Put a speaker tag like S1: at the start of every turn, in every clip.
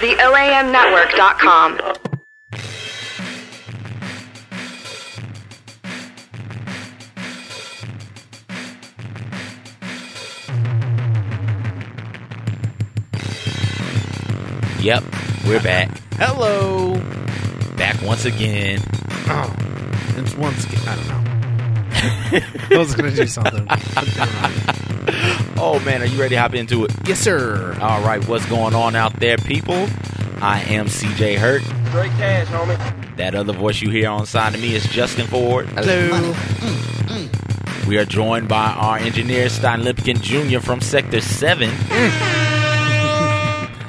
S1: The OAMnetwork.com.
S2: Yep, we're back.
S3: Hello.
S2: Back once again.
S3: Oh, it's once again. I don't know. I was going to do something. but never mind.
S2: Oh man, are you ready to hop into it?
S3: Yes, sir.
S2: All right, what's going on out there, people? I am CJ Hurt.
S4: Great cash, homie.
S2: That other voice you hear on side of me is Justin Ford. Mm,
S3: Hello.
S2: We are joined by our engineer Stein Lipkin Jr. from Sector 7.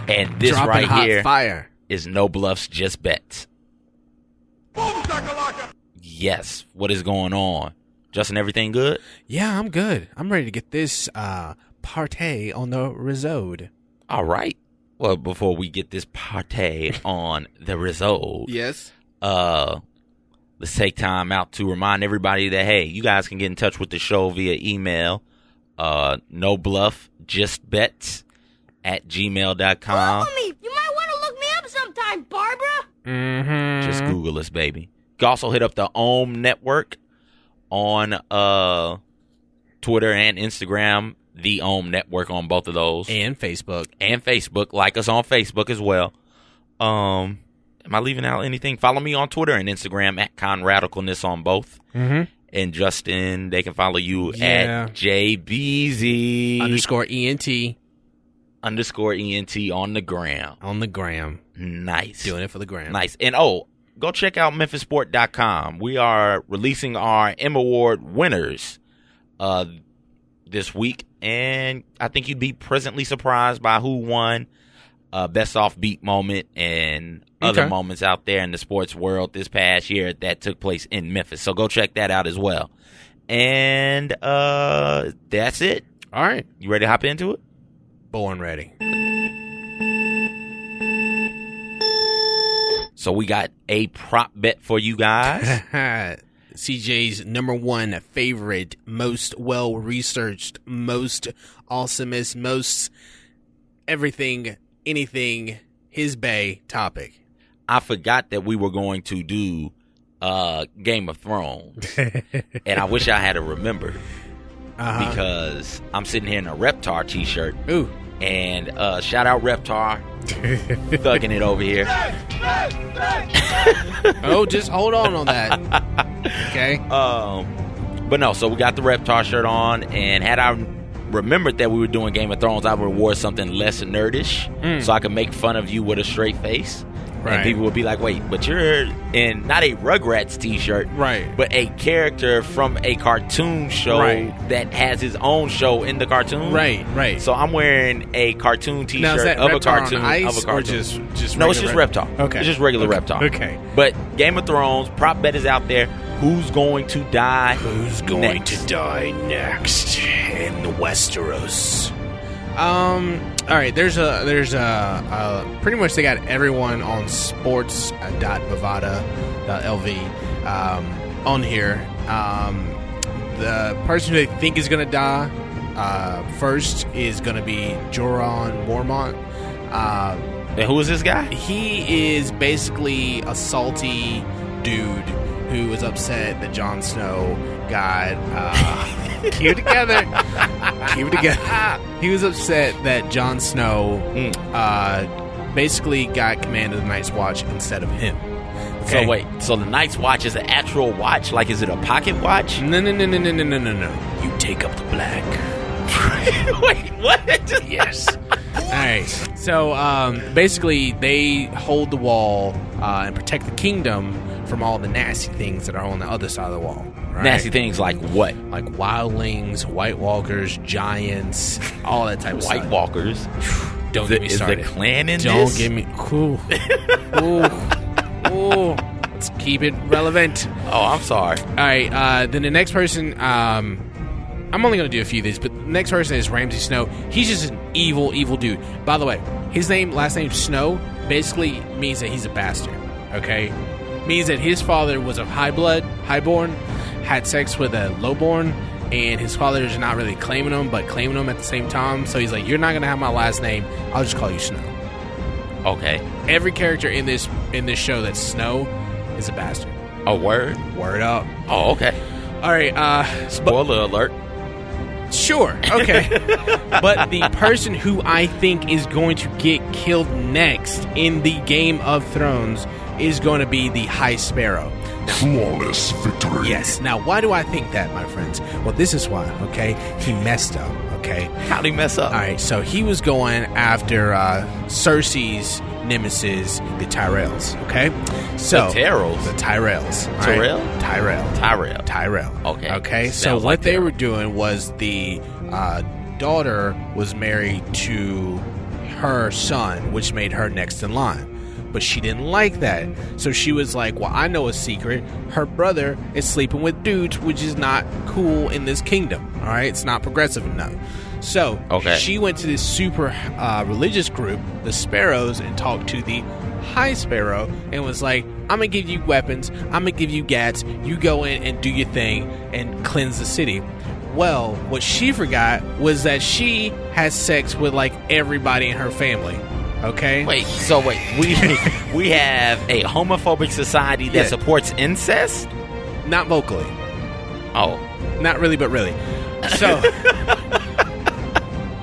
S2: and this
S3: Mm. Dropping
S2: right
S3: hot
S2: here is
S3: fire.
S2: no bluffs, just bets. Yes, what is going on? Justin, everything good?
S3: Yeah, I'm good. I'm ready to get this uh, party on the risode.
S2: All right. Well, before we get this party on the result,
S3: Yes.
S2: uh let's take time out to remind everybody that hey you guys can get in touch with the show via email uh no bluff just bets at gmail.com
S5: Google me. You might want to look me up sometime, Barbara.
S3: Mm-hmm.
S2: just google us baby you can also hit up the ohm network on uh twitter and instagram the ohm network on both of those
S3: and Facebook.
S2: and facebook like us on facebook as well um am i leaving out anything follow me on twitter and instagram at conradicalness on both
S3: Mm-hmm.
S2: and Justin, they can follow you
S3: Yeah.
S2: at JBZ
S3: Underscore E ENT
S2: underscore ENT on the gram.
S3: on the gram.
S2: Nice.
S3: Doing it for the gram.
S2: Nice. And oh, go check out memphisport.com. We are releasing our M Award winners uh, this week. And I think you'd be presently surprised by who won uh, Best Offbeat Moment and other
S3: Okay.
S2: moments out there in the sports world this past year that took place in Memphis. So go check that out as well. And uh, that's it.
S3: All right.
S2: You ready to hop into it?
S3: Born ready.
S2: So we got a prop bet for you guys.
S3: CJ's number one favorite, most well researched, most awesomest, most everything, anything, his bay topic.
S2: I forgot that we were going to do uh Game of Thrones. and I wish I had to remember
S3: Uh-huh.
S2: because I'm sitting here in a Reptar t shirt
S3: Ooh.
S2: and uh shout out Reptar. thugging it over here.
S3: Oh, just hold on on that. Okay.
S2: Um but no, so we got the Reptar shirt on and had I remembered that we were doing Game of Thrones, I would have wore something less nerdish
S3: Mm.
S2: so I could make fun of you with a straight face.
S3: Right.
S2: And people would be like, wait, but you're in not a Rugrats t shirt,
S3: Right.
S2: but a character from a cartoon show
S3: Right.
S2: that has his own show in the cartoon.
S3: Right, right.
S2: So I'm wearing a cartoon T-shirt
S3: now, is that
S2: of, a
S3: Reptar
S2: cartoon,
S3: on ice
S2: of a
S3: or
S2: cartoon.
S3: just, just
S2: no, it's just
S3: regular-
S2: Reptar.
S3: Okay.
S2: it's just regular
S3: Okay.
S2: Reptar.
S3: Okay.
S2: but Game of Thrones prop bet is out there. Who's going to die?
S3: Who's
S2: going to
S3: die next in the Westeros? Um. All right. There's a. There's a. Uh, pretty much they got everyone on sports uh, dot Bovada dot lv um, on here. Um, the person who they think is gonna die uh, first is gonna be Joron Mormont. Uh,
S2: And who is this guy?
S3: he is basically a salty dude who was upset that Jon Snow got uh, cue together. cue together. He was upset that Jon Snow
S2: Mm.
S3: uh, basically got command of the Night's Watch instead of him. Okay.
S2: So wait, so the Night's Watch is an actual watch? Like, is it a pocket watch?
S3: No, no, no, no, no, no, no, no, no. You take up the black.
S2: wait, what?
S3: Yes. All right. So um, basically, they hold the wall uh, and protect the kingdom from all the nasty things that are on the other side of the wall. right?
S2: Nasty things like what?
S3: like wildlings, White Walkers, giants, all that type of
S2: White
S3: stuff.
S2: Walkers.
S3: Don't
S2: The-
S3: get me
S2: is the
S3: started.
S2: clan in
S3: Don't
S2: this?
S3: get me. Cool. Ooh. Ooh. Let's keep it relevant.
S2: oh, I'm sorry.
S3: All right. Uh, then the next person. Um, I'm only going to do a few of these, but the next person is Ramsey Snow. He's just an evil, evil dude. By the way, his name, last name Snow, basically means that he's a bastard. Okay, means that his father was of high blood, highborn, had sex with a lowborn, and his father is not really claiming him, but claiming him at the same time. So he's like, "You're not going to have my last name. I'll just call you Snow."
S2: Okay.
S3: Every character in this in this show that's Snow is a bastard.
S2: A word.
S3: Word up.
S2: Oh, okay.
S3: All right. Uh,
S2: Spoiler alert.
S3: Sure. Okay. but the person who I think is going to get killed next in the Game of Thrones is going to be the High Sparrow.
S4: Flawless victory.
S3: Yes. Now, why do I think that, my friends? Well, this is why, okay? He messed up, okay?
S2: How'd he mess up?
S3: All right, so he was going after uh, Cersei's nemesis, the Tyrells, okay? So
S2: The Tyrells?
S3: The Tyrells. all right?
S2: Tyrell?
S3: Tyrell.
S2: Tyrell.
S3: Tyrell.
S2: Okay.
S3: Okay. So
S2: Sounds
S3: what
S2: like
S3: they
S2: Tyrell.
S3: were doing was the uh, daughter was married to her son, which made her next in line. But she didn't like that. So she was like, Well, I know a secret. Her brother is sleeping with dudes, which is not cool in this kingdom. All right. It's not progressive enough. So
S2: Okay.
S3: she went to this super uh, religious group, the Sparrows, and talked to the High Sparrow and was like, I'm gonna give you weapons, I'm gonna give you gats, you go in and do your thing and cleanse the city. Well, what she forgot was that she has sex with like everybody in her family. Okay?
S2: Wait. So wait. We we have a homophobic society that
S3: Yeah.
S2: supports incest.
S3: Not vocally.
S2: Oh,
S3: Not really, but really. So.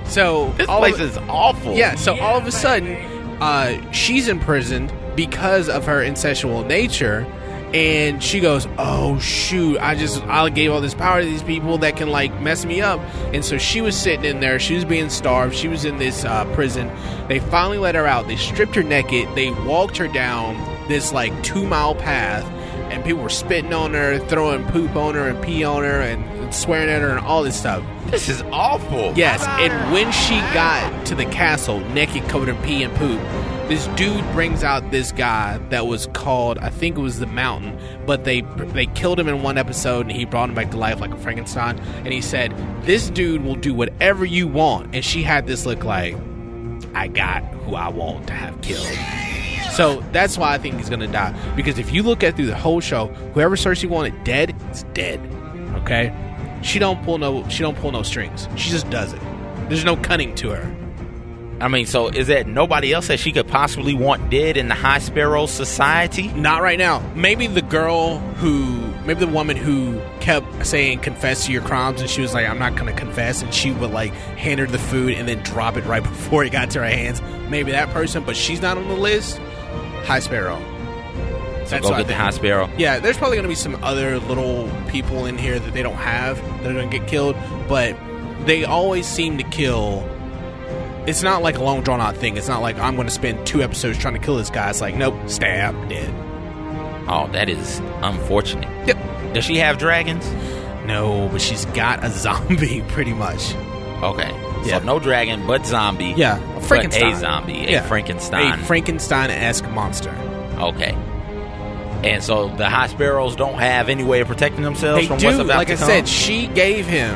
S3: so.
S2: this
S3: all
S2: place
S3: of-
S2: is awful.
S3: Yeah, so all of a sudden, uh, she's imprisoned because of her incestual nature, and she goes, "Oh shoot! I just I gave all this power to these people that can like mess me up." And so she was sitting in there. She was being starved. She was in this uh, prison. They finally let her out. They stripped her naked. They walked her down this like two mile path. And people were spitting on her, throwing poop on her, and pee on her, and swearing at her, and all this stuff.
S2: This is awful.
S3: Yes, and when she got to the castle, naked, covered in pee and poop, this dude brings out this guy that was called, I think it was the Mountain, but they they killed him in one episode, and he brought him back to life like a Frankenstein. And he said, "This dude will do whatever you want." And she had this look like, "I got who I want to have killed." So that's why I think he's gonna die. Because if you look at through the whole show, whoever Cersei wanted dead is dead. Okay? She don't pull no she don't pull no strings. She just does it. There's no cunning to her.
S2: I mean, so is there nobody else that she could possibly want dead in the High Sparrow Society?
S3: Not right now. Maybe the girl who maybe the woman who kept saying confess to your crimes and she was like, I'm not gonna confess and she would like hand her the food and then drop it right before it got to her hands. Maybe that person, but she's not on the list. High Sparrow.
S2: So
S3: what
S2: go
S3: I
S2: get the
S3: think.
S2: High Sparrow.
S3: Yeah, there's probably going to be some other little people in here that they don't have that are going to get killed, but they always seem to kill. It's not like a long drawn out thing. It's not like I'm going to spend two episodes trying to kill this guy. It's like, nope, stab, dead.
S2: Oh, that is unfortunate.
S3: Yep.
S2: Does she have dragons?
S3: No, but she's got a zombie pretty much.
S2: Okay.
S3: Yeah.
S2: So no dragon, but zombie.
S3: Yeah, a Frankenstein.
S2: But a zombie, a
S3: Yeah.
S2: Frankenstein.
S3: A Frankenstein esque monster.
S2: okay. And so the high sparrows don't have any way of protecting themselves
S3: they
S2: from
S3: do.
S2: what's about
S3: like
S2: to
S3: I
S2: come?
S3: said, she gave him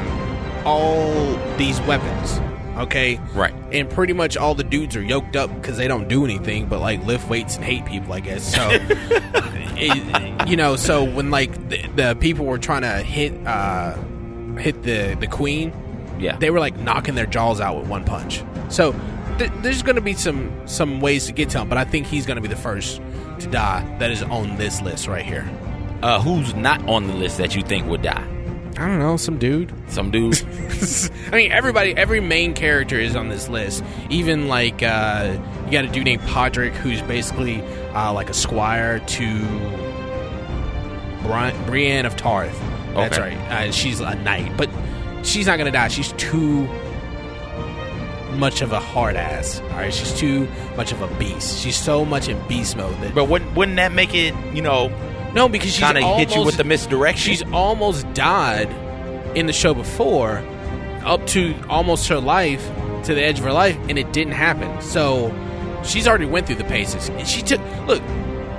S3: all these weapons. Okay,
S2: Right.
S3: and pretty much all the dudes are yoked up because they don't do anything but like lift weights and hate people, I guess. So, it, you know, so when like the, the people were trying to hit uh, hit the the queen,
S2: Yeah.
S3: they were like knocking their jaws out with one punch. So th- there's going to be some some ways to get to him, but I think he's going to be the first to die that is on this list right here.
S2: uh, who's not on the list that you think would die?
S3: I don't know, some dude.
S2: Some dude.
S3: I mean, everybody, every main character is on this list. Even like uh, you got a dude named Podrick who's basically uh, like a squire to Bri- Brienne of Tarth. That's
S2: Okay.
S3: right. Uh, she's a knight, but she's not gonna die. She's too much of a hard ass. All right, she's too much of a beast. She's so much in beast mode that
S2: but wouldn't, wouldn't that make it, you know,
S3: no, because she's
S2: kind of hit you
S3: almost-
S2: with the misdirection?
S3: she's almost died in the show before, up to almost her life, to the edge of her life, and it didn't happen. So she's already went through the paces, and she took look.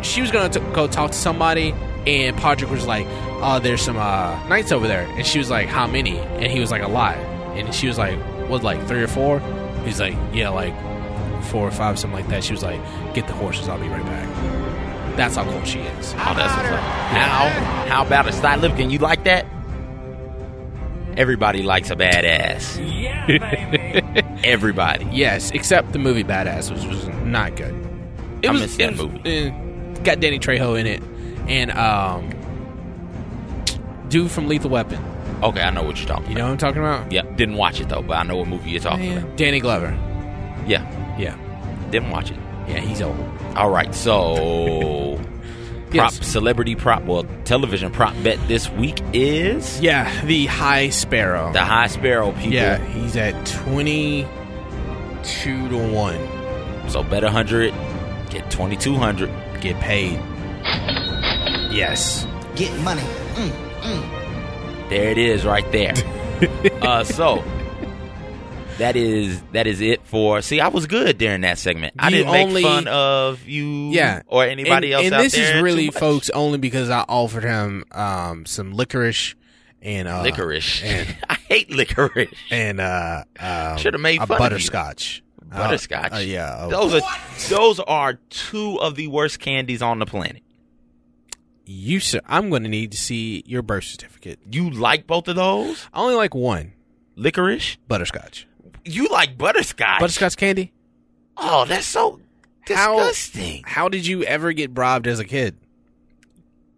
S3: She was gonna t- go talk to somebody, and Podrick was like, "Uh, there's some uh, knights over there," and she was like, "How many?" And he was like, "A lot," and she was like, "What, like three or four? He's like, "Yeah, like four or five, something like that." She was like, "Get the horses, I'll be right back." That's how cool she is.
S2: Oh, that's what's up. How how about a Sly Lipkin? You like that? Everybody likes a badass. Yeah, baby. Everybody.
S3: Yes, except the movie Badass, which was not good. It
S2: I
S3: was
S2: missed that
S3: it was-
S2: movie.
S3: eh, got Danny Trejo in it, and um, dude from Lethal Weapon.
S2: Okay, I know what you're talking
S3: You
S2: about.
S3: know what I'm talking about?
S2: Yeah, didn't watch it though, but I know what movie you're talking
S3: Yeah. Danny Glover.
S2: about. Yeah,
S3: Yeah,
S2: didn't watch it.
S3: yeah, he's old.
S2: All right, so prop
S3: Yes.
S2: celebrity prop well television prop bet this week is
S3: Yeah, the High Sparrow.
S2: the High Sparrow people.
S3: yeah, he's at twenty two to one.
S2: So bet hundred, get twenty two hundred.
S3: Get paid. Yes.
S6: Get money. Mm.
S2: There it is, right there. uh, so that is that is it for. See, I was good during that segment. I
S3: You
S2: didn't make
S3: only-
S2: fun of you,
S3: Yeah.
S2: or anybody
S3: and,
S2: else.
S3: And
S2: out
S3: this
S2: there
S3: is
S2: too
S3: really,
S2: much.
S3: folks, only because I offered him um, some licorice and uh,
S2: Licorice.
S3: and-
S2: I hate licorice.
S3: and uh, um,
S2: Should've made
S3: a
S2: fun of you.
S3: butterscotch. Uh,
S2: Butterscotch.
S3: uh, yeah. uh,
S2: Those are those are two of the worst candies on the planet.
S3: you, sir, I'm going to need to see your birth certificate.
S2: You like both of those?
S3: I only like one
S2: Licorice?
S3: butterscotch.
S2: You like butterscotch?
S3: Butterscotch candy.
S2: Oh, that's so
S3: How-
S2: disgusting.
S3: How did you ever get bribed as a kid?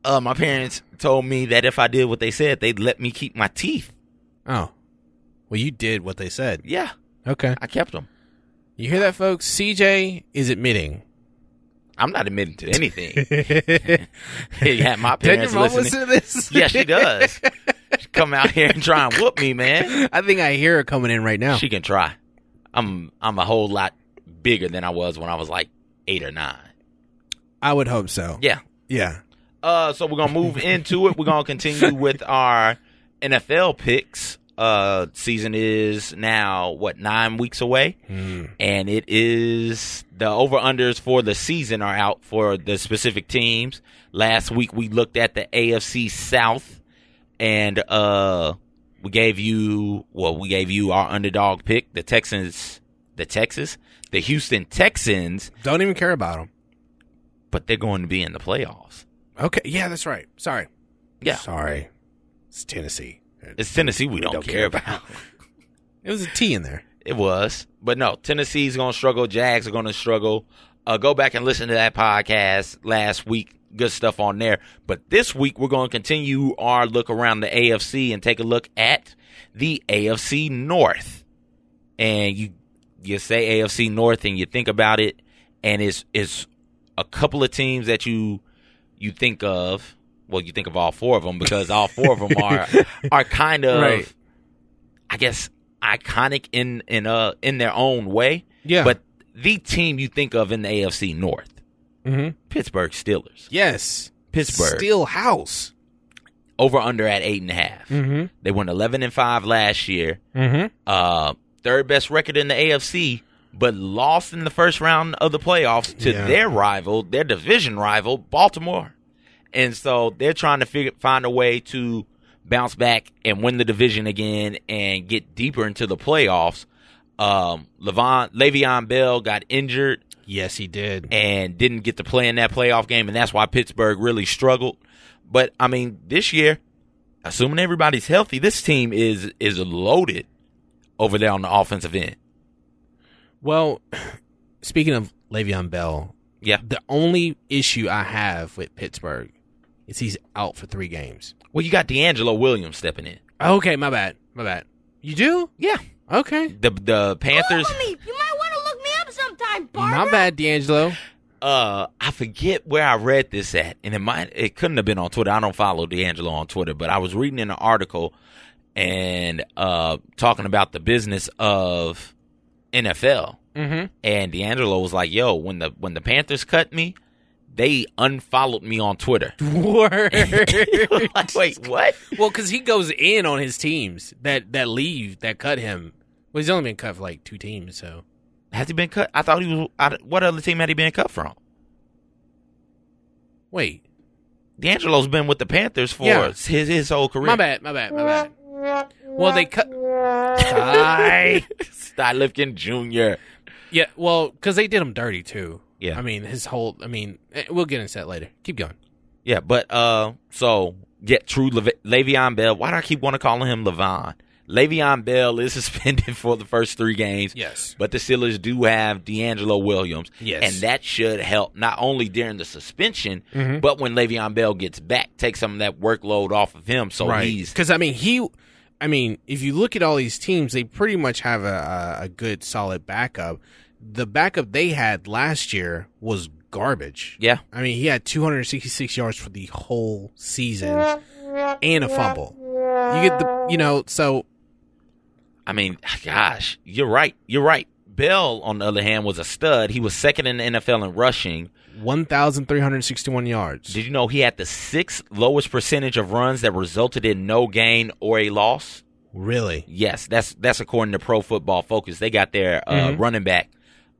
S2: Uh, my parents told me that if I did what they said, they'd let me keep my teeth.
S3: Oh, well, you did what they said.
S2: Yeah,
S3: Okay.
S2: I kept them.
S3: You hear that, folks? CJ is admitting.
S2: I'm not admitting to anything.
S3: Did
S2: yeah, my
S3: your
S2: parents
S3: mom
S2: listening.
S3: listen to this?
S2: yeah, she does. She come out here and try and whoop me, man.
S3: I think I hear her coming in right now.
S2: She can try. I'm I'm a whole lot bigger than I was when I was like eight or nine.
S3: I would hope so.
S2: Yeah.
S3: Yeah.
S2: Uh, so we're gonna move into it. We're gonna continue with our NFL picks. Uh, season is now what nine weeks away,
S3: Hmm.
S2: and it is the over unders for the season are out for the specific teams. Last week we looked at the AFC South, and uh, we gave you well, we gave you our underdog pick, the Texans, the Texas, the Houston Texans,
S3: Don't even care about them.
S2: but they're going to be in the playoffs.
S3: Okay. Yeah, that's right. Sorry.
S2: Yeah.
S3: Sorry. It's Tennessee. It
S2: It's Tennessee we don't,
S3: don't
S2: care
S3: care
S2: about.
S3: was a T in there.
S2: It was. But no, Tennessee's going to struggle. Jags are going to struggle. Uh, go back and listen to that podcast last week. Good stuff on there. But this week, we're going to continue our look around the AFC and take a look at the AFC North. And you you say AFC North and you think about it, and it's it's a couple of teams that you you think of. Well, you think of all four of them because all four of them are are kind of
S3: Right.
S2: I guess iconic in in uh in their own way.
S3: Yeah.
S2: But the team you think of in the AFC North,
S3: Mhm.
S2: Pittsburgh Steelers,
S3: Yes.
S2: Pittsburgh
S3: Steel House.
S2: over under at eight and a half.
S3: Mm-hmm.
S2: They went eleven and five last year.
S3: Mm-hmm.
S2: Uh, third best record in the AFC, but lost in the first round of the playoffs to
S3: Yeah.
S2: their rival, their division rival, Baltimore. And so they're trying to figure find a way to bounce back and win the division again and get deeper into the playoffs. Um, Levon, Le'Veon Bell got injured
S3: Yes, he did.
S2: and didn't get to play in that playoff game, and that's why Pittsburgh really struggled. But I mean, this year, assuming everybody's healthy, this team is is loaded over there on the offensive end.
S3: Well, speaking of Le'Veon Bell,
S2: Yeah.
S3: the only issue I have with Pittsburgh is he's out for three games.
S2: Well, you got D'Angelo Williams stepping in.
S3: Okay, my bad. My bad. You do?
S2: Yeah.
S3: Okay.
S2: The the Panthers.
S5: Google me. You might want to look me up sometime, Barbara.
S3: My bad, D'Angelo.
S2: Uh, I forget where I read this at, and it might it couldn't have been on Twitter. I don't follow D'Angelo on Twitter, but I was reading in an article and uh talking about the business of NFL.
S3: Mm-hmm.
S2: and D'Angelo was like, "Yo, when the when the Panthers cut me, they unfollowed me on Twitter."
S3: Word.
S2: Like, Wait, what?
S3: Well, because he goes in on his teams that that leave that cut him. Well, he's only been cut for like two teams, so
S2: Has he been cut? I thought he was. I, what other team had he been cut from?
S3: wait.
S2: D'Angelo's been with the Panthers for
S3: Yeah.
S2: his his whole career.
S3: My bad, my bad, my bad. Well, they cut. Hi.
S2: Stylifkin Jr.
S3: yeah, well, because they did him dirty too.
S2: Yeah.
S3: I mean his whole. I mean, eh, we'll get into that later. Keep going.
S2: Yeah, but uh, so yeah, true. Leve- Le'Veon Bell. Why do I keep want to calling him Levon? Le'Veon Bell is suspended for the first three games.
S3: Yes.
S2: But the Steelers do have D'Angelo Williams.
S3: Yes.
S2: And that should help not only during the suspension,
S3: Mhm.
S2: but when Le'Veon Bell gets back, take some of that workload off of him. So he's
S3: because I mean he, I mean if you look at all these teams, they pretty much have a, a, a good solid backup. The backup they had last year was garbage.
S2: yeah.
S3: I mean he had 266 yards for the whole season and a fumble. You get the you know so
S2: I mean, gosh, you're right. You're right. Bell, on the other hand, was a stud. He was second in the NFL in rushing.
S3: 1,361 yards.
S2: Did you know he had the sixth lowest percentage of runs that resulted in no gain or a loss?
S3: Really?
S2: Yes, that's that's according to Pro Football Focus. They got their uh,
S3: Mhm.
S2: running back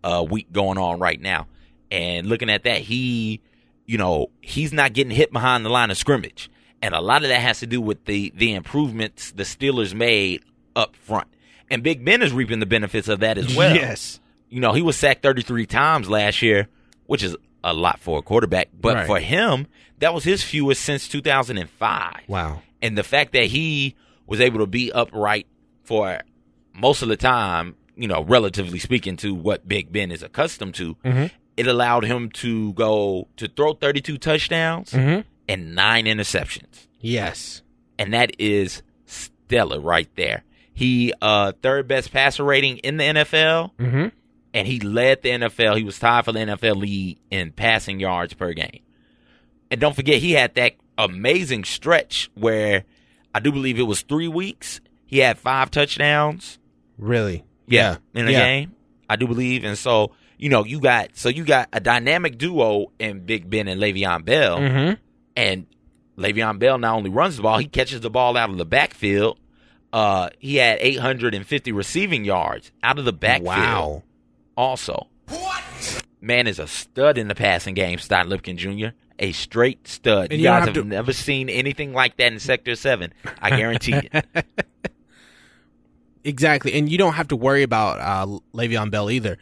S2: uh, week going on right now, and looking at that, he, you know, he's not getting hit behind the line of scrimmage, and a lot of that has to do with the the improvements the Steelers made up front, and Big Ben is reaping the benefits of that as well.
S3: Yes.
S2: you know, he was sacked thirty three times last year, which is a lot for a quarterback, but
S3: Right.
S2: for him, that was his fewest since two thousand and five
S3: Wow.
S2: and the fact that he was able to be upright for most of the time, you know, relatively speaking to what Big Ben is accustomed to,
S3: Mhm.
S2: it allowed him to go to throw 32 touchdowns
S3: Mm-hmm.
S2: and nine interceptions.
S3: Yes.
S2: And that is stellar right there. He uh third best passer rating in the NFL
S3: Mm-hmm.
S2: and he led the NFL. He was tied for the NFL lead in passing yards per game. And don't forget, he had that amazing stretch where I do believe it was three weeks. He had five touchdowns.
S3: Really?
S2: in a
S3: Yeah.
S2: game, I do believe. And so you know, you got so you got a dynamic duo in Big Ben and Le'Veon Bell,
S3: Mm-hmm.
S2: and Le'Veon Bell not only runs the ball, he catches the ball out of the backfield. Uh, he had 850 receiving yards out of the backfield
S3: Wow.
S2: also. What? Man is a stud in the passing game, Stott Lipkin Jr. A straight stud.
S3: And
S2: you
S3: you don't
S2: guys have
S3: have to-
S2: never seen anything like that in Sector 7. I guarantee it.
S3: Exactly, and you don't have to worry about uh, Le'Veon Bell either.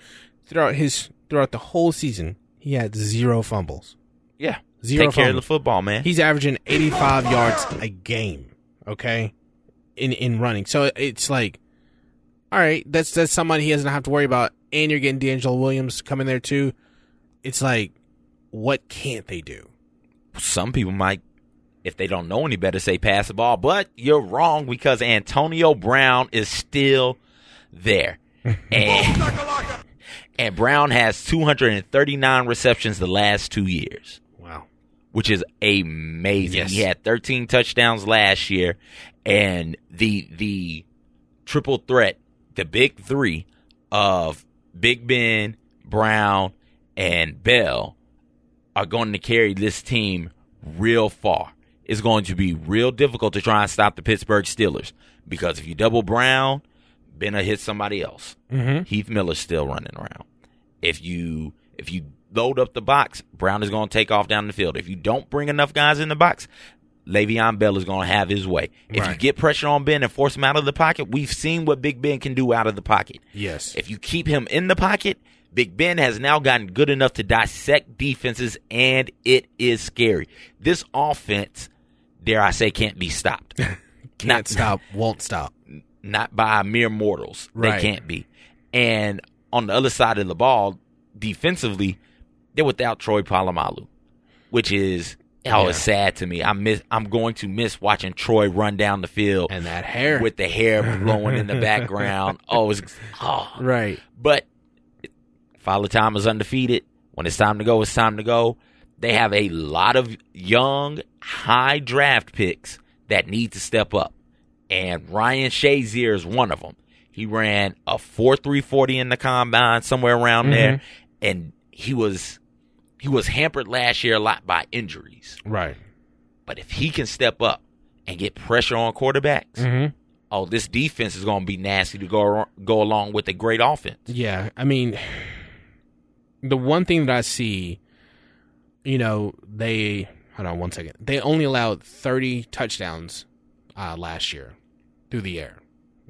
S3: Throughout his throughout the whole season, he had zero fumbles.
S2: Yeah.
S3: Zero
S2: Take care of the
S3: fumbles.
S2: football, man.
S3: He's averaging eighty-five yards a game. Okay, in in running, so it's like, all right, that's that's somebody he doesn't have to worry about, and you're getting D'Angelo Williams coming there too. It's like, what can't they do?
S2: Some people might, if they don't know any better, say pass the ball, but you're wrong because Antonio Brown is still there. And, and Brown has 239 receptions the last two years.
S3: Wow.
S2: which is amazing.
S3: Yes.
S2: He had 13 touchdowns last year, and the the triple threat, the big three of Big Ben, Brown, and Bell are going to carry this team real far. It's going to be real difficult to try and stop the Pittsburgh Steelers because if you double Brown, Ben will hit somebody else.
S3: Mm-hmm.
S2: Heath Miller's still running around. If you if you load up the box, Brown is going to take off down the field. If you don't bring enough guys in the box, Le'Veon Bell is going to have his way. If you
S3: Right.
S2: get pressure on Ben and force him out of the pocket, we've seen what Big Ben can do out of the pocket.
S3: Yes.
S2: If you keep him in the pocket, Big Ben has now gotten good enough to dissect defenses, and it is scary. This offense, dare I say, can't be stopped.
S3: can't stop. Won't stop.
S2: not by mere mortals.
S3: Right.
S2: They can't be. And on the other side of the ball, defensively, they're without Troy Polamalu, which is oh, it's sad to me. I miss. I'm going to miss watching Troy run down the field
S3: And that hair.
S2: with the hair blowing in the background. Oh, it's, oh.
S3: right.
S2: but Father Time is undefeated. When it's time to go, it's time to go. They have a lot of young, high draft picks that need to step up. And Ryan Shazier is one of them. He ran a 4 340 in the combine, somewhere around there. And he was he was hampered last year a lot by injuries.
S3: Right.
S2: But if he can step up and get pressure on quarterbacks,
S3: Mm-hmm.
S2: oh, this defense is going to be nasty to go ar- go along with a great offense.
S3: Yeah, I mean, the one thing that I see, you know, they hold on one second. They only allowed thirty touchdowns uh, last year through the air.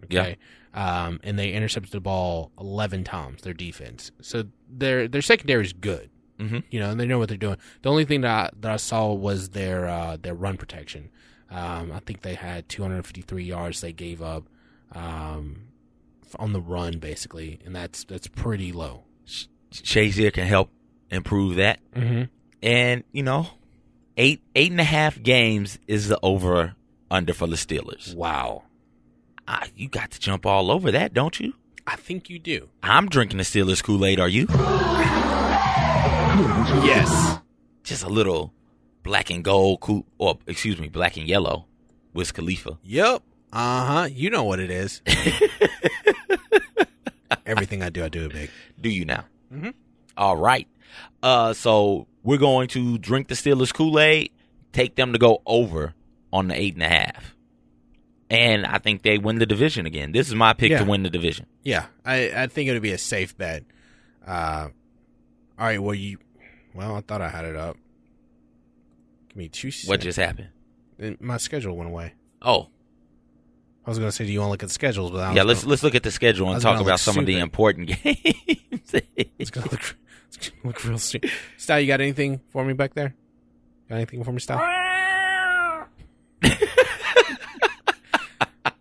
S3: Okay, um, and they intercepted the ball eleven times. Their defense, so their their secondary is good.
S2: Mhm.
S3: You know, and they know what they're doing. The only thing that I, that I saw was their uh, their run protection. Um, I think they had 253 yards they gave up. um, f- on the run basically, and that's that's pretty low.
S2: Shazier can help improve that.
S3: Mm-hmm.
S2: And you know, eight eight and a half games is the over under for the Steelers.
S3: Wow,
S2: Ah, you got to jump all over that, don't you?
S3: I think you do.
S2: I'm drinking the Steelers Kool Aid. Are you?
S3: Yes.
S2: Just a little black and gold, Kool- or excuse me, black and yellow, Wiz Khalifa.
S3: Yep. Uh huh. You know what it is. Everything I do, I do it big.
S2: Do you now?
S3: Mhm.
S2: All right. Uh, so we're going to drink the Steelers Kool Aid, take them to go over on the eight and a half, and I think they win the division again. This is my pick
S3: Yeah.
S2: to win the division.
S3: Yeah, I, I think it would be a safe bet. Uh, all right. Well, you. Well, I thought I had it up. Give me two.
S2: What
S3: sec-
S2: just happened?
S3: Uh, My schedule went away.
S2: Oh,
S3: I was gonna say, do you want to look at schedules? But I was
S2: yeah. Let's
S3: Gonna,
S2: let's look at the schedule
S3: I
S2: and
S3: was
S2: talk
S3: gonna
S2: about
S3: look
S2: some of the
S3: stupid.
S2: important games.
S3: it's gonna look. It's gonna look real stupid. Style, you got anything for me back there? Got anything for me, Style?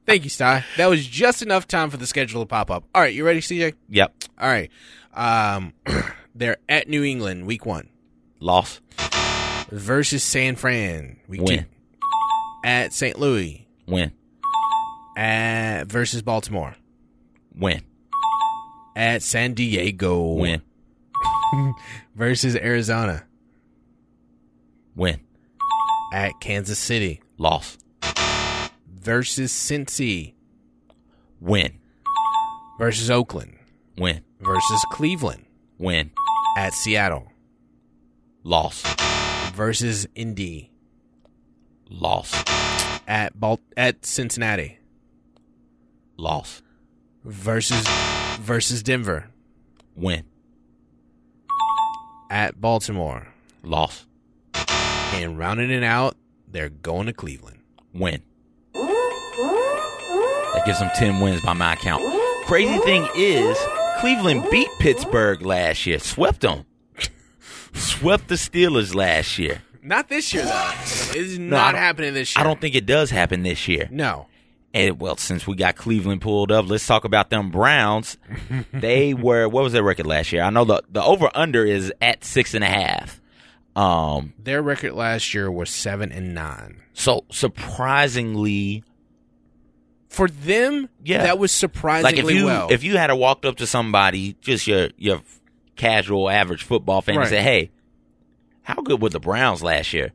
S3: Thank you, Sty. That was just enough time for the schedule to pop up. All right, you ready, CJ?
S2: yep,
S3: All right. Um, they're at New England, week one.
S2: loss,
S3: versus San Fran. Week
S2: Win.
S3: two. At St. Louis.
S2: win,
S3: At versus Baltimore.
S2: win,
S3: At San Diego.
S2: win,
S3: Versus Arizona.
S2: win,
S3: At Kansas City.
S2: loss,
S3: Versus Cincy.
S2: win,
S3: Versus Oakland.
S2: win,
S3: Versus Cleveland.
S2: win,
S3: At Seattle.
S2: loss,
S3: Versus Indy.
S2: loss,
S3: At Bal- at Cincinnati.
S2: loss,
S3: Versus versus Denver.
S2: win,
S3: At Baltimore.
S2: loss,
S3: And rounding it out, they're going to Cleveland.
S2: win. That gives them 10 wins by my count. Crazy thing is, Cleveland beat Pittsburgh last year, swept them, swept the Steelers last year.
S3: Not this year, though. It's not
S2: don't-
S3: happening this year.
S2: I don't think it does happen this year.
S3: No.
S2: And well, since we got Cleveland pulled up, let's talk about them Browns. they were what was their record last year? I know the the over under is at six and a half. Um,
S3: Their record last year was seven and nine.
S2: so surprisingly,
S3: For them,
S2: Yeah.
S3: that was
S2: like
S3: surprisingly
S2: if you
S3: well.
S2: if you had a walked up to somebody, just your your casual average football fan,
S3: Right.
S2: and said, "Hey, how good were the Browns last year?"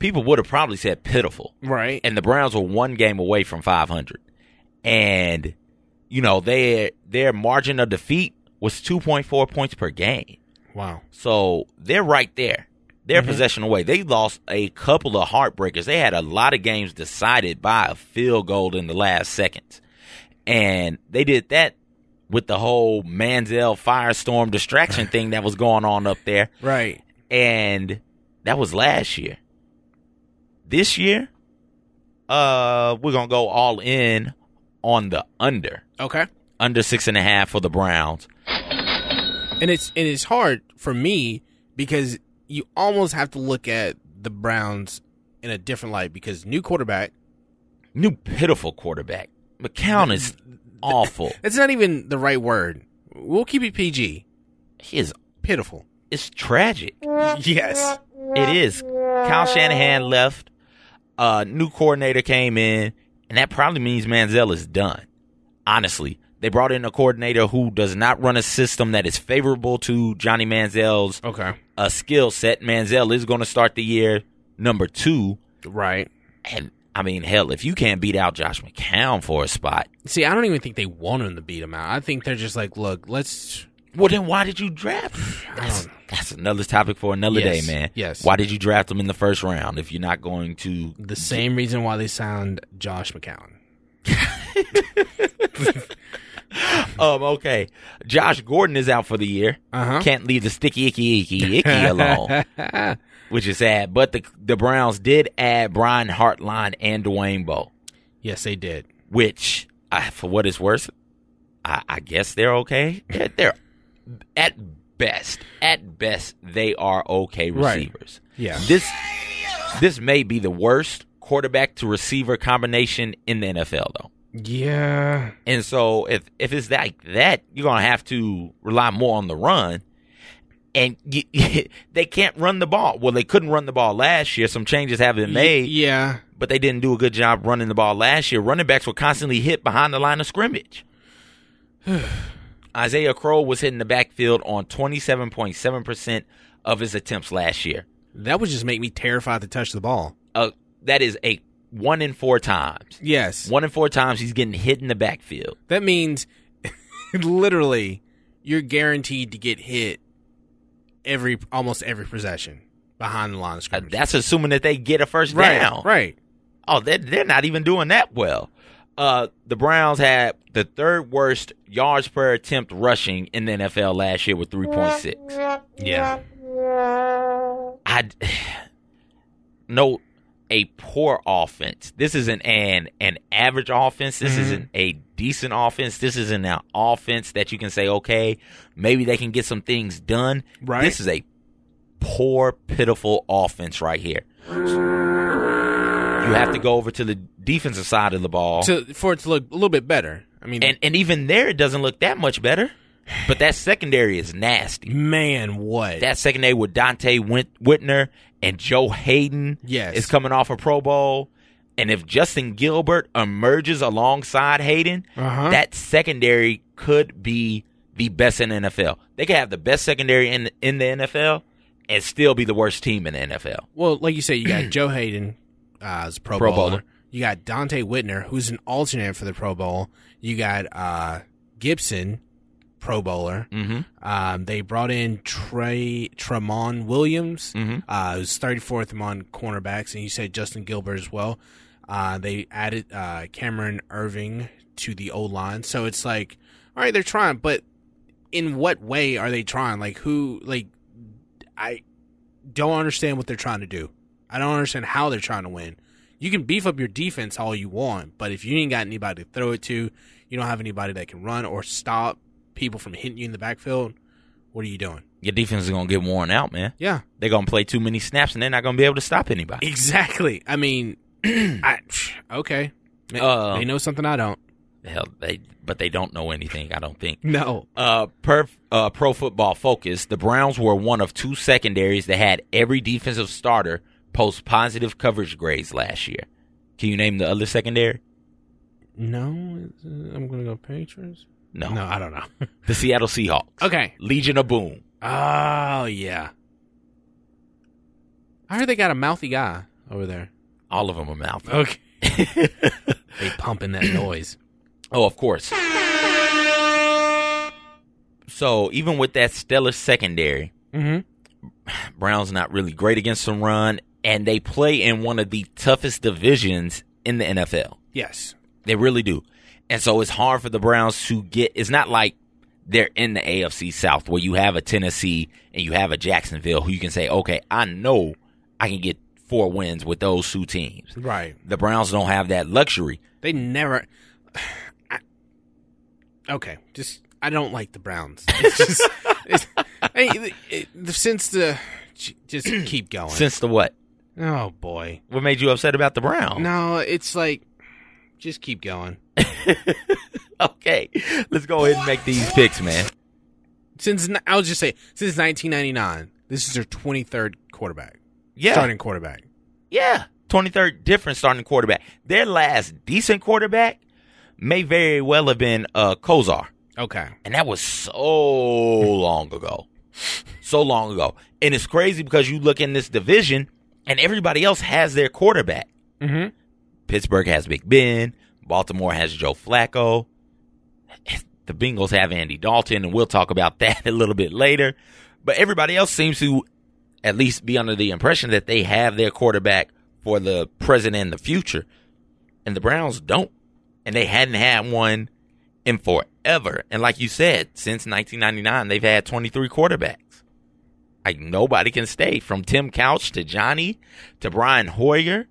S2: People would have probably said pitiful.
S3: right,
S2: and the Browns were one game away from 500. And you know, their their margin of defeat was 2.4 points per game.
S3: wow,
S2: So, they're right there. They're possession away. They lost a couple of heartbreakers. They had a lot of games decided by a field goal in the last seconds. And they did that with the whole Manziel firestorm distraction thing that was going on up there
S3: right,
S2: and that was last year. This year, uh, we're gonna go all in on the under,
S3: okay.
S2: under six and a half for the Browns.
S3: And it's and it's hard for me because you almost have to look at the Browns in a different light because new quarterback.
S2: New pitiful quarterback McCown is awful.
S3: That's not even the right word. We'll keep it PG.
S2: He is
S3: Pitiful.
S2: it's tragic.
S3: Yes.
S2: It is. Kyle Shanahan left. Uh, new coordinator came in, and that probably means Manziel is done. Honestly, they brought in a coordinator who does not run a system that is favorable to Johnny Manziel's
S3: Okay.
S2: a skill set. Manziel is going to start the year number two.
S3: Right.
S2: And I mean, hell, if you can't beat out Josh McCown for a spot,
S3: See, I don't even think they want him to beat him out. I think they're just like, look, let's.
S2: well, then why did you draft? him? That's, that's another topic for another
S3: Um, Yes,
S2: day, man.
S3: yes.
S2: Why did you draft him in the first round if you're not going to?
S3: The same reason why they sound Josh McCown.
S2: Um, okay. Josh Gordon is out for the year.
S3: Uh
S2: Can't leave the sticky icky icky icky alone,
S3: huh.
S2: which is sad. But the the Browns did add Brian Hartline and Dwayne Bowe.
S3: yes, they did.
S2: which I, for what it's worth, I, I guess they're okay. They're, they're at best, at best, they are okay
S3: Right.
S2: receivers.
S3: Yeah.
S2: This this may be the worst quarterback to receiver combination in the NFL, though.
S3: Yeah.
S2: And so if if it's like that, you're gonna have to rely more on the run. And y they can't run the ball. Well, they couldn't run the ball last year. Some changes have been made,
S3: Yeah.
S2: but they didn't do a good job running the ball last year. Running backs were constantly hit behind the line of scrimmage. Isaiah Crowe was hitting the backfield on 27.7% of his attempts last year.
S3: That would just make me terrified to touch the ball.
S2: Uh, that is a one in four times.
S3: Yes.
S2: One in four times he's getting hit in the backfield.
S3: That means literally you're guaranteed to get hit every almost every possession behind the line of
S2: Uh,
S3: scrimmage.
S2: That's assuming that they get a first
S3: right.
S2: down.
S3: Right.
S2: Oh, they're, they're not even doing that well. Uh, the Browns had the third worst yards per attempt rushing in the NFL last year with 3.6.
S3: Yeah.
S2: I no a poor offense. This isn't an an average offense. This isn't a decent offense. This isn't an uh, offense that you can say, okay, maybe they can get some things done.
S3: Right.
S2: This is a poor, pitiful offense right here. You have to go over to the defensive side of the ball.
S3: To for it to look a little bit better. I mean,
S2: and and even there it doesn't look that much better. But that secondary is nasty.
S3: man, what?
S2: That secondary with Dante Win- Whitner and Joe Hayden
S3: Yes.
S2: is coming off a Pro Bowl. And if Justin Gilbert emerges alongside Hayden,
S3: Uh-huh.
S2: that secondary could be the best in the NFL. They could have the best secondary in in the NFL and still be the worst team in the NFL.
S3: Well, like you say, you got Joe Hayden uh, as a Pro,
S2: Pro
S3: bowler.
S2: Bowler.
S3: You got Dante Whitner, who's an alternate for the Pro Bowl. You got uh, Gibson, Pro Bowler.
S2: Mm-hmm.
S3: Um, they brought in Trey Tremon Williams,
S2: Mhm.
S3: uh, who's 34th among cornerbacks, and you said Justin Gilbert as well. Uh, they added uh, Cameron Irving to the O line, so it's like, all right, they're trying, but in what way are they trying? Like who? Like I don't understand what they're trying to do. I don't understand how they're trying to win. You can beef up your defense all you want, but if you ain't got anybody to throw it to, you don't have anybody that can run or stop people from hitting you in the backfield, what are you doing?
S2: Your defense is gonna get worn out, man.
S3: Yeah,
S2: They're gonna play too many snaps and they're not gonna be able to stop anybody.
S3: exactly. I mean, I, okay. They,
S2: Uh,
S3: they know something I don't.
S2: Hell, they but they don't know anything. I don't think.
S3: No.
S2: Uh, per uh, Pro Football Focus, the Browns were one of two secondaries that had every defensive starter post positive coverage grades last year. Can you name the other secondary?
S3: No, uh, I'm going to go Patriots.
S2: No.
S3: No, I don't know.
S2: The Seattle Seahawks.
S3: okay.
S2: Legion of Boom.
S3: Oh, yeah. I heard they got a mouthy guy over there.
S2: All of them are mouthy.
S3: Okay. they pumping that noise.
S2: Oh, of course. So even with that stellar secondary,
S3: Mm-hmm.
S2: Browns not really great against the run, and they play in one of the toughest divisions in the NFL.
S3: Yes.
S2: They really do. And so it's hard for the Browns to get. It's not like they're in the AFC South where you have a Tennessee and you have a Jacksonville who you can say, okay, I know I can get four wins with those two teams.
S3: Right.
S2: The Browns don't have that luxury.
S3: They never. I, okay, just I don't like the Browns. It's just it's, I- it- it- since the just keep going.
S2: Since the what?
S3: oh boy,
S2: What made you upset about the Browns?
S3: no, it's like just keep going.
S2: Okay, let's go ahead and make these picks, man.
S3: Since ni- I'll just say since 1999, this is their 23rd quarterback,
S2: Yeah,
S3: starting quarterback.
S2: yeah. Twenty third different starting quarterback. Their last decent quarterback may very well have been uh, Kozar.
S3: Okay,
S2: And that was so long ago. So long ago. And it's crazy because you look in this division and everybody else has their quarterback.
S3: Mhm.
S2: Pittsburgh has Big Ben. Baltimore has Joe Flacco. The Bengals have Andy Dalton, and we'll talk about that a little bit later. But everybody else seems to at least be under the impression that they have their quarterback for the present and the future. And the Browns don't. And they hadn't had one in forever. And like you said, since 1999, they've had 23 quarterbacks. Like nobody can stay from Tim Couch to Johnny to Brian Hoyer.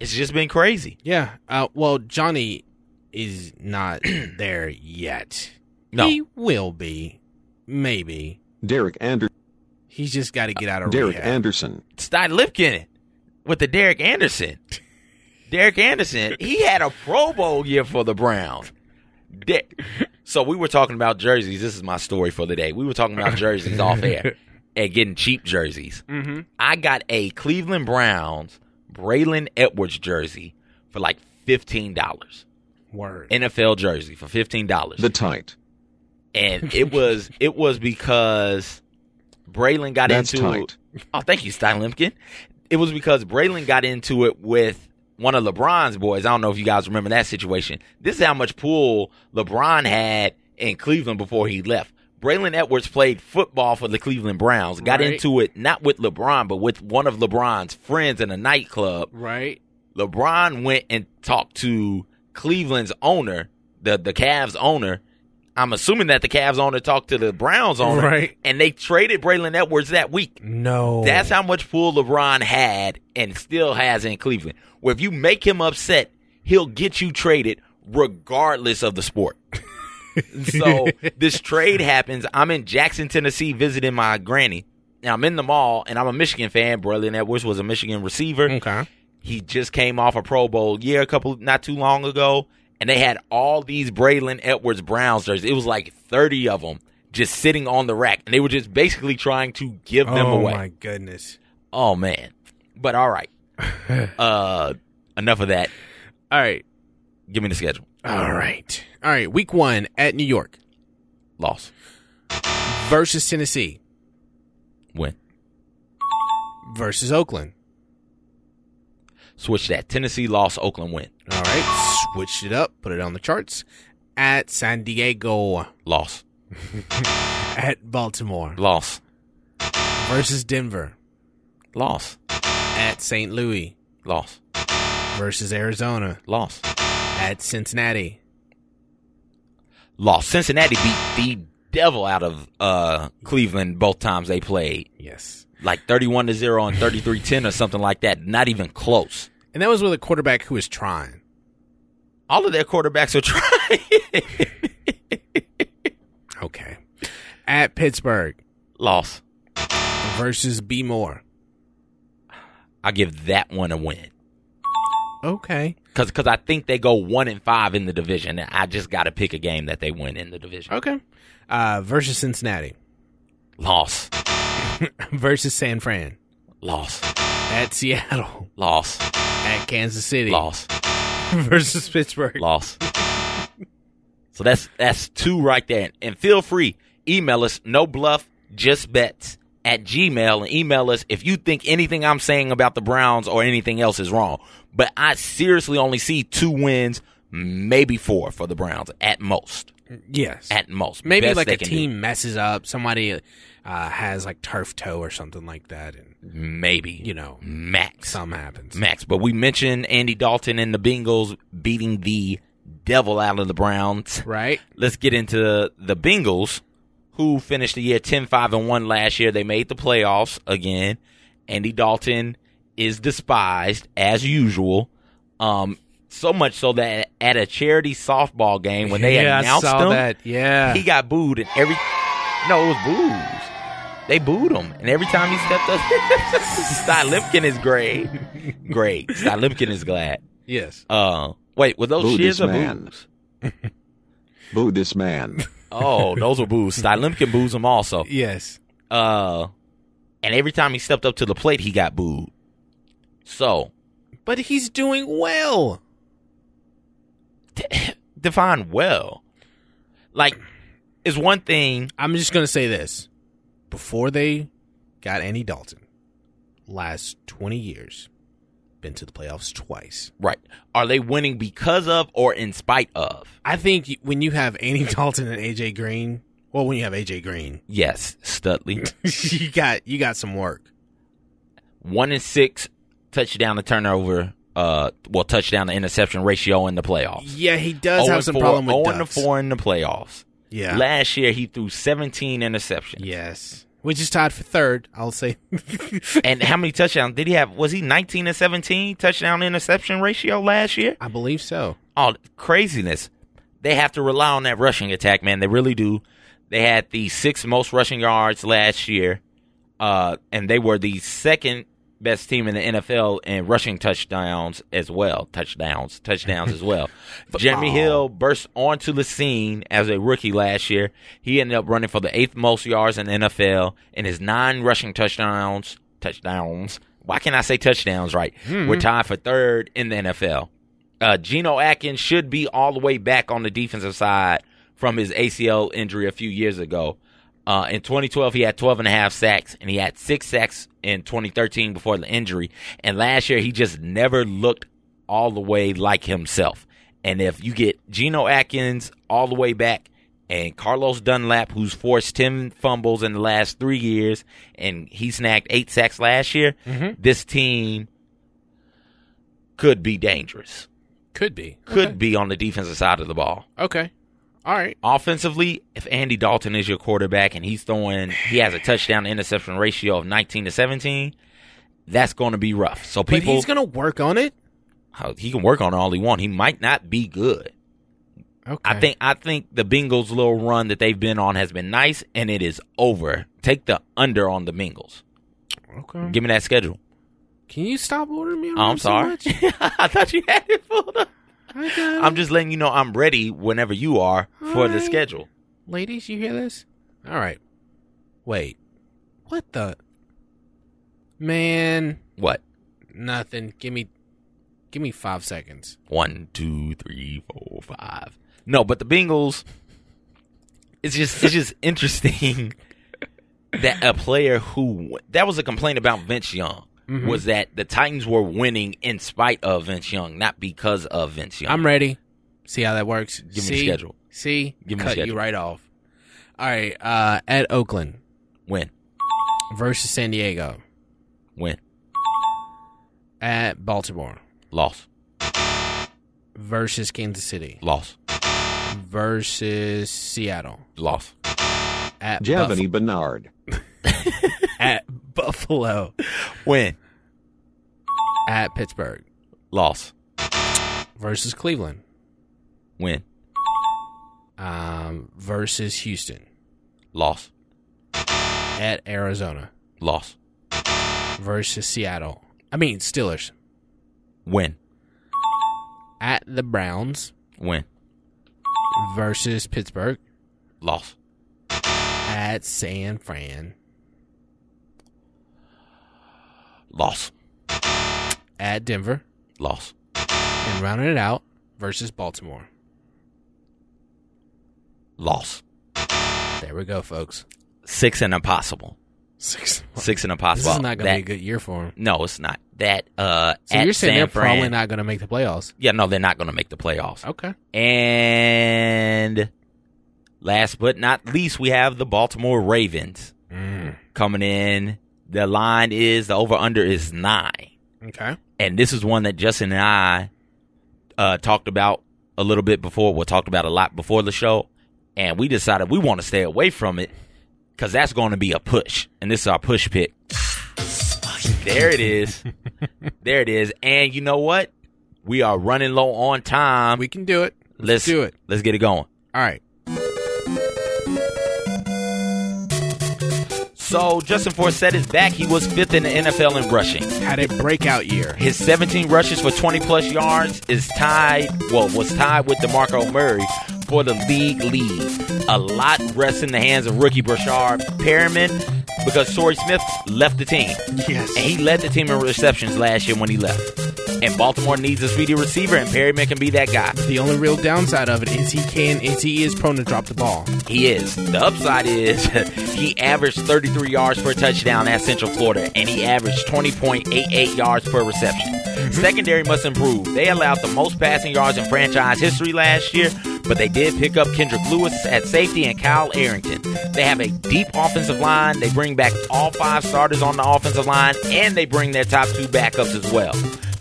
S2: It's just been crazy.
S3: yeah. Uh, well, Johnny is not there yet.
S2: No.
S3: he will be, maybe.
S6: Derek Ander-
S3: He's just got to get out of
S6: Derek
S3: rehab.
S6: Anderson.
S2: Sty Lipkin with the Derek Anderson. Derek Anderson, he had a Pro Bowl year for the Browns. De- so we were talking about jerseys. This is my story for the day. We were talking about jerseys off air and getting cheap jerseys.
S3: Mm-hmm.
S2: I got a Cleveland Browns Braylon Edwards jersey for like fifteen dollars.
S3: Word.
S2: NFL jersey for fifteen dollars.
S6: The tight.
S2: and it was it was because Braylon got
S6: That's
S2: into
S6: tight.
S2: Oh, thank you, Stein Limpkin. It was because Braylon got into it with one of LeBron's boys. I don't know if you guys remember that situation. This is how much pull LeBron had in Cleveland before he left. Braylon Edwards played football for the Cleveland Browns, got
S3: Right.
S2: into it not with LeBron, but with one of LeBron's friends in a nightclub.
S3: Right.
S2: LeBron went and talked to Cleveland's owner, the the Cavs owner. I'm assuming that the Cavs owner talked to the Browns owner,
S3: Right. Oh.
S2: and they traded Braylon Edwards that week.
S3: No.
S2: That's how much pull LeBron had and still has in Cleveland. Where if you make him upset, he'll get you traded regardless of the sport. so this trade happens. I'm in Jackson, Tennessee, visiting my granny. And I'm in the mall, and I'm a Michigan fan. Braylon Edwards was a Michigan receiver.
S3: okay.
S2: He just came off a Pro Bowl year a couple not too long ago, and they had all these Braylon Edwards Browns jerseys. It was like thirty of them just sitting on the rack, and they were just basically trying to give them
S3: oh
S2: away.
S3: my goodness.
S2: Oh man! But all right. uh, enough of that.
S3: All right.
S2: Give me the schedule.
S3: All right. All right. Week one at New York
S2: Loss.
S3: versus Tennessee
S2: Win.
S3: versus Oakland.
S2: Switch that. Tennessee lost. Oakland win.
S3: All right. Switched it up. Put it on the charts. At San Diego.
S2: Loss.
S3: At Baltimore
S2: Loss.
S3: versus Denver.
S2: Loss.
S3: At St. Louis
S2: Loss.
S3: versus Arizona.
S2: Loss.
S3: At Cincinnati.
S2: Loss. Cincinnati beat the devil out of uh Cleveland both times they played.
S3: Yes.
S2: like 31 to 0 and 33 10 or something like that. Not even close.
S3: And that was with a quarterback who was trying.
S2: All of their quarterbacks are trying.
S3: Okay. At Pittsburgh
S2: Loss.
S3: versus B Moore.
S2: I give that one a win.
S3: Okay.
S2: Cause, 'cause I think they go one and five in the division. And I just gotta pick a game that they win in the division.
S3: Okay. Uh, versus Cincinnati.
S2: Loss,
S3: versus San Fran.
S2: loss,
S3: At Seattle.
S2: loss,
S3: At Kansas City.
S2: loss,
S3: Versus Pittsburgh.
S2: loss. So that's that's two right there. And feel free email us no bluff just bets at Gmail and email us if you think anything I'm saying about the Browns or anything else is wrong. But I seriously only see two wins, maybe four for the Browns at most.
S3: Yes.
S2: At most,
S3: Maybe
S2: Best
S3: like
S2: they
S3: a
S2: can
S3: team messes up. Somebody uh, has like turf toe or something like that, and
S2: do. Maybe
S3: you know,
S2: max.
S3: something happens.
S2: Max, but we mentioned Andy Dalton and the Bengals beating the devil out of the Browns.
S3: Right?
S2: Let's get into the Bengals, who finished the year 10 5 and 1 last year. They made the playoffs again. Andy Dalton is despised as usual. Um, so much so that at a charity softball game when they
S3: yeah,
S2: announced
S3: I saw
S2: him,
S3: that. Yeah.
S2: he got booed and every no, it was boos. They booed him, and every time he stepped up, Sty Lipkin is great. Great, Sty Lipkin is glad.
S3: yes.
S2: Uh, wait, were those
S6: Boo
S2: cheers
S6: this
S2: or
S6: man.
S2: boos?
S6: Boo this man.
S2: Oh, those were boos. Sty Lipkin boos him also.
S3: Yes.
S2: Uh, and every time he stepped up to the plate, he got booed. So
S3: But he's doing well.
S2: define well. Like, it's one thing.
S3: I'm just gonna say this: before they got Andy Dalton, last 20 years, been to the playoffs twice.
S2: Right. Are they winning because of or in spite of?
S3: I think y- when you have Andy Dalton and AJ Green, well, when you have AJ Green,
S2: Yes, Studley.
S3: you got you got some work.
S2: one and six touchdown to turnover, uh, well, touchdown to interception ratio in the playoffs. Oh
S3: Yeah, he does have
S2: and
S3: some
S2: 4,
S3: problem with
S2: 0 and
S3: ducks.
S2: four in the playoffs.
S3: Yeah.
S2: Last year he threw seventeen interceptions.
S3: Yes. Which is tied for third, I'll say.
S2: And how many touchdowns did he have? Was he nineteen and seventeen touchdown interception ratio last year?
S3: I believe so.
S2: Oh, craziness! They have to rely on that rushing attack, man. They really do. They had the sixth most rushing yards last year, uh, and they were the second best team in the NFL in rushing touchdowns as well. Touchdowns, touchdowns as well. Jeremy Hill burst onto the scene as a rookie last year. He ended up running for the eighth most yards in the NFL, and his nine rushing touchdowns, touchdowns. Why can't I say touchdowns right? We're tied for third in the NFL. Uh, Geno Atkins should be all the way back on the defensive side from his ACL injury a few years ago. Uh, in 2012, he had 12 and a half sacks, and he had six sacks in 2013 before the injury. And last year, he just never looked all the way like himself. And if you get Geno Atkins all the way back and Carlos Dunlap, who's forced 10 fumbles in the last three years, and he snagged eight sacks last year, this team could be dangerous,
S3: Could be.
S2: could be on the defensive side of the ball
S3: Okay. All right.
S2: offensively, if Andy Dalton is your quarterback and he's throwing, he has a touchdown to interception ratio of 19 to 17, that's going to be rough. So
S3: But
S2: people,
S3: he's gonna work on it.
S2: how- he can work on it all he want. He might not be good.
S3: Okay.
S2: I think I think the Bengals' little run that they've been on has been nice, and it is over. Take the under on the Bengals.
S3: Okay.
S2: Give me that schedule.
S3: Can you stop ordering me?
S2: Oh, I'm sorry. I thought you had it pulled up. I'm just letting you know I'm ready whenever you are for the
S3: Alright.
S2: schedule.
S3: Ladies, you hear this? All right. Wait. What the? Man,
S2: What?
S3: nothing. Give me, give me five seconds.
S2: one, two, three, four, five. No, but the Bengals. It's just it's just interesting that a player who that was a complaint about Vince Young
S3: Mm-hmm.
S2: was that the Titans were winning in spite of Vince Young, not because of Vince Young.
S3: I'm ready. See how that works.
S2: Give me the
S3: See?
S2: schedule.
S3: See,
S2: Give me the
S3: cut you
S2: schedule.
S3: right off. All right. Uh, at Oakland
S2: win,
S3: versus San Diego.
S2: win,
S3: At Baltimore
S2: loss,
S3: versus Kansas City
S2: loss,
S3: versus Seattle.
S2: loss.
S3: At Buff-
S6: Javani Bernard.
S3: at Buffalo.
S2: Win,
S3: At Pittsburgh
S2: loss,
S3: versus Cleveland.
S2: win,
S3: um, versus Houston
S2: loss,
S3: at Arizona
S2: loss,
S3: versus Seattle. I mean Steelers
S2: win,
S3: at the Browns
S2: win,
S3: versus Pittsburgh
S2: loss.
S3: at San Fran
S2: Loss,
S3: at Denver
S2: loss,
S3: and rounding it out versus Baltimore.
S2: loss.
S3: There we go, folks.
S2: Six and impossible.
S3: Six.
S2: Six and
S3: This
S2: impossible.
S3: is not going to
S2: That-
S3: be a good year for them.
S2: No, it's not. That uh
S3: So
S2: at
S3: you're saying
S2: San
S3: they're
S2: Fran.
S3: probably not going to make the playoffs?
S2: Yeah, no, they're not going to make the playoffs.
S3: Okay.
S2: And last but not least, we have the Baltimore Ravens
S3: Mm.
S2: coming in. The line is the over under is 9.
S3: Okay.
S2: And this is one that Justin and I uh talked about a little bit before, well talked about a lot before the show, and we decided we want to stay away from it cuz that's going to be a push. And this is our push pick. There it is. there it is. And you know what? We are running low on time.
S3: We can do it.
S2: let's
S3: do it.
S2: Let's get it going.
S3: All right.
S2: So Justin Forsett is back. He was fifth in the NFL in rushing.
S3: Had a breakout year.
S2: His 17 rushes for 20 plus yards is tied, well, was tied with DeMarco Murray for the league lead. A lot rests in the hands of rookie Brashard Perriman because Torrey Smith left the team.
S3: Yes.
S2: And he led the team in receptions last year when he left. And Baltimore needs a speedy receiver, and Perryman can be that guy.
S3: The only real downside of it is he can is he is prone to drop the ball.
S2: He is. The upside is he averaged 33 yards per touchdown at Central Florida, and he averaged 20.88 yards per reception. Secondary must improve. They allowed the most passing yards in franchise history last year, but they did pick up Kendrick Lewis at safety and Kyle Arrington. They have a deep offensive line. They bring back all five starters on the offensive line, and they bring their top two backups as well.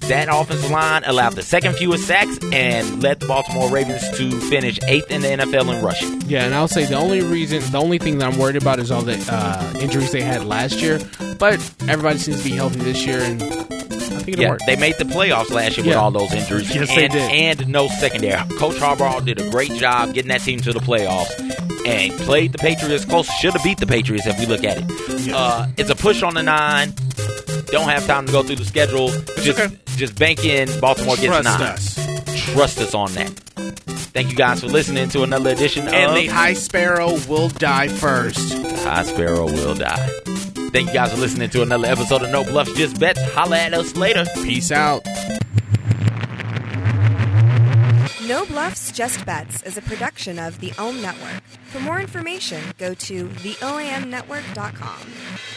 S2: That offensive line allowed the second fewest sacks and led the Baltimore Ravens to finish eighth in the NFL in rushing.
S3: Yeah, and I'll say the only reason, the only thing that I'm worried about is all the uh, injuries they had last year. But everybody seems to be healthy this year, and I think it'll
S2: Yeah,
S3: work.
S2: they made the playoffs last year with
S3: Yeah.
S2: all those injuries.
S3: Yes,
S2: and,
S3: they did.
S2: And no secondary. Coach Harbaugh did a great job getting that team to the playoffs and played the Patriots close. Should have beat the Patriots if we look at it. Uh, it's a push on the nine. Don't have time to go through the schedule. Just
S3: okay.
S2: just bank in Baltimore gets
S3: Trust
S2: nine.
S3: us.
S2: Trust us on that. Thank you guys for listening to another edition
S3: And
S2: of
S3: the high sparrow will die first.
S2: High Sparrow Will Die. Thank you guys for listening to another episode of No Bluffs Just Bets. Holla at us later.
S3: Peace out.
S7: No Bluffs, Just Bets is a production of the OM Network. For more information, go to theoamnetwork.com.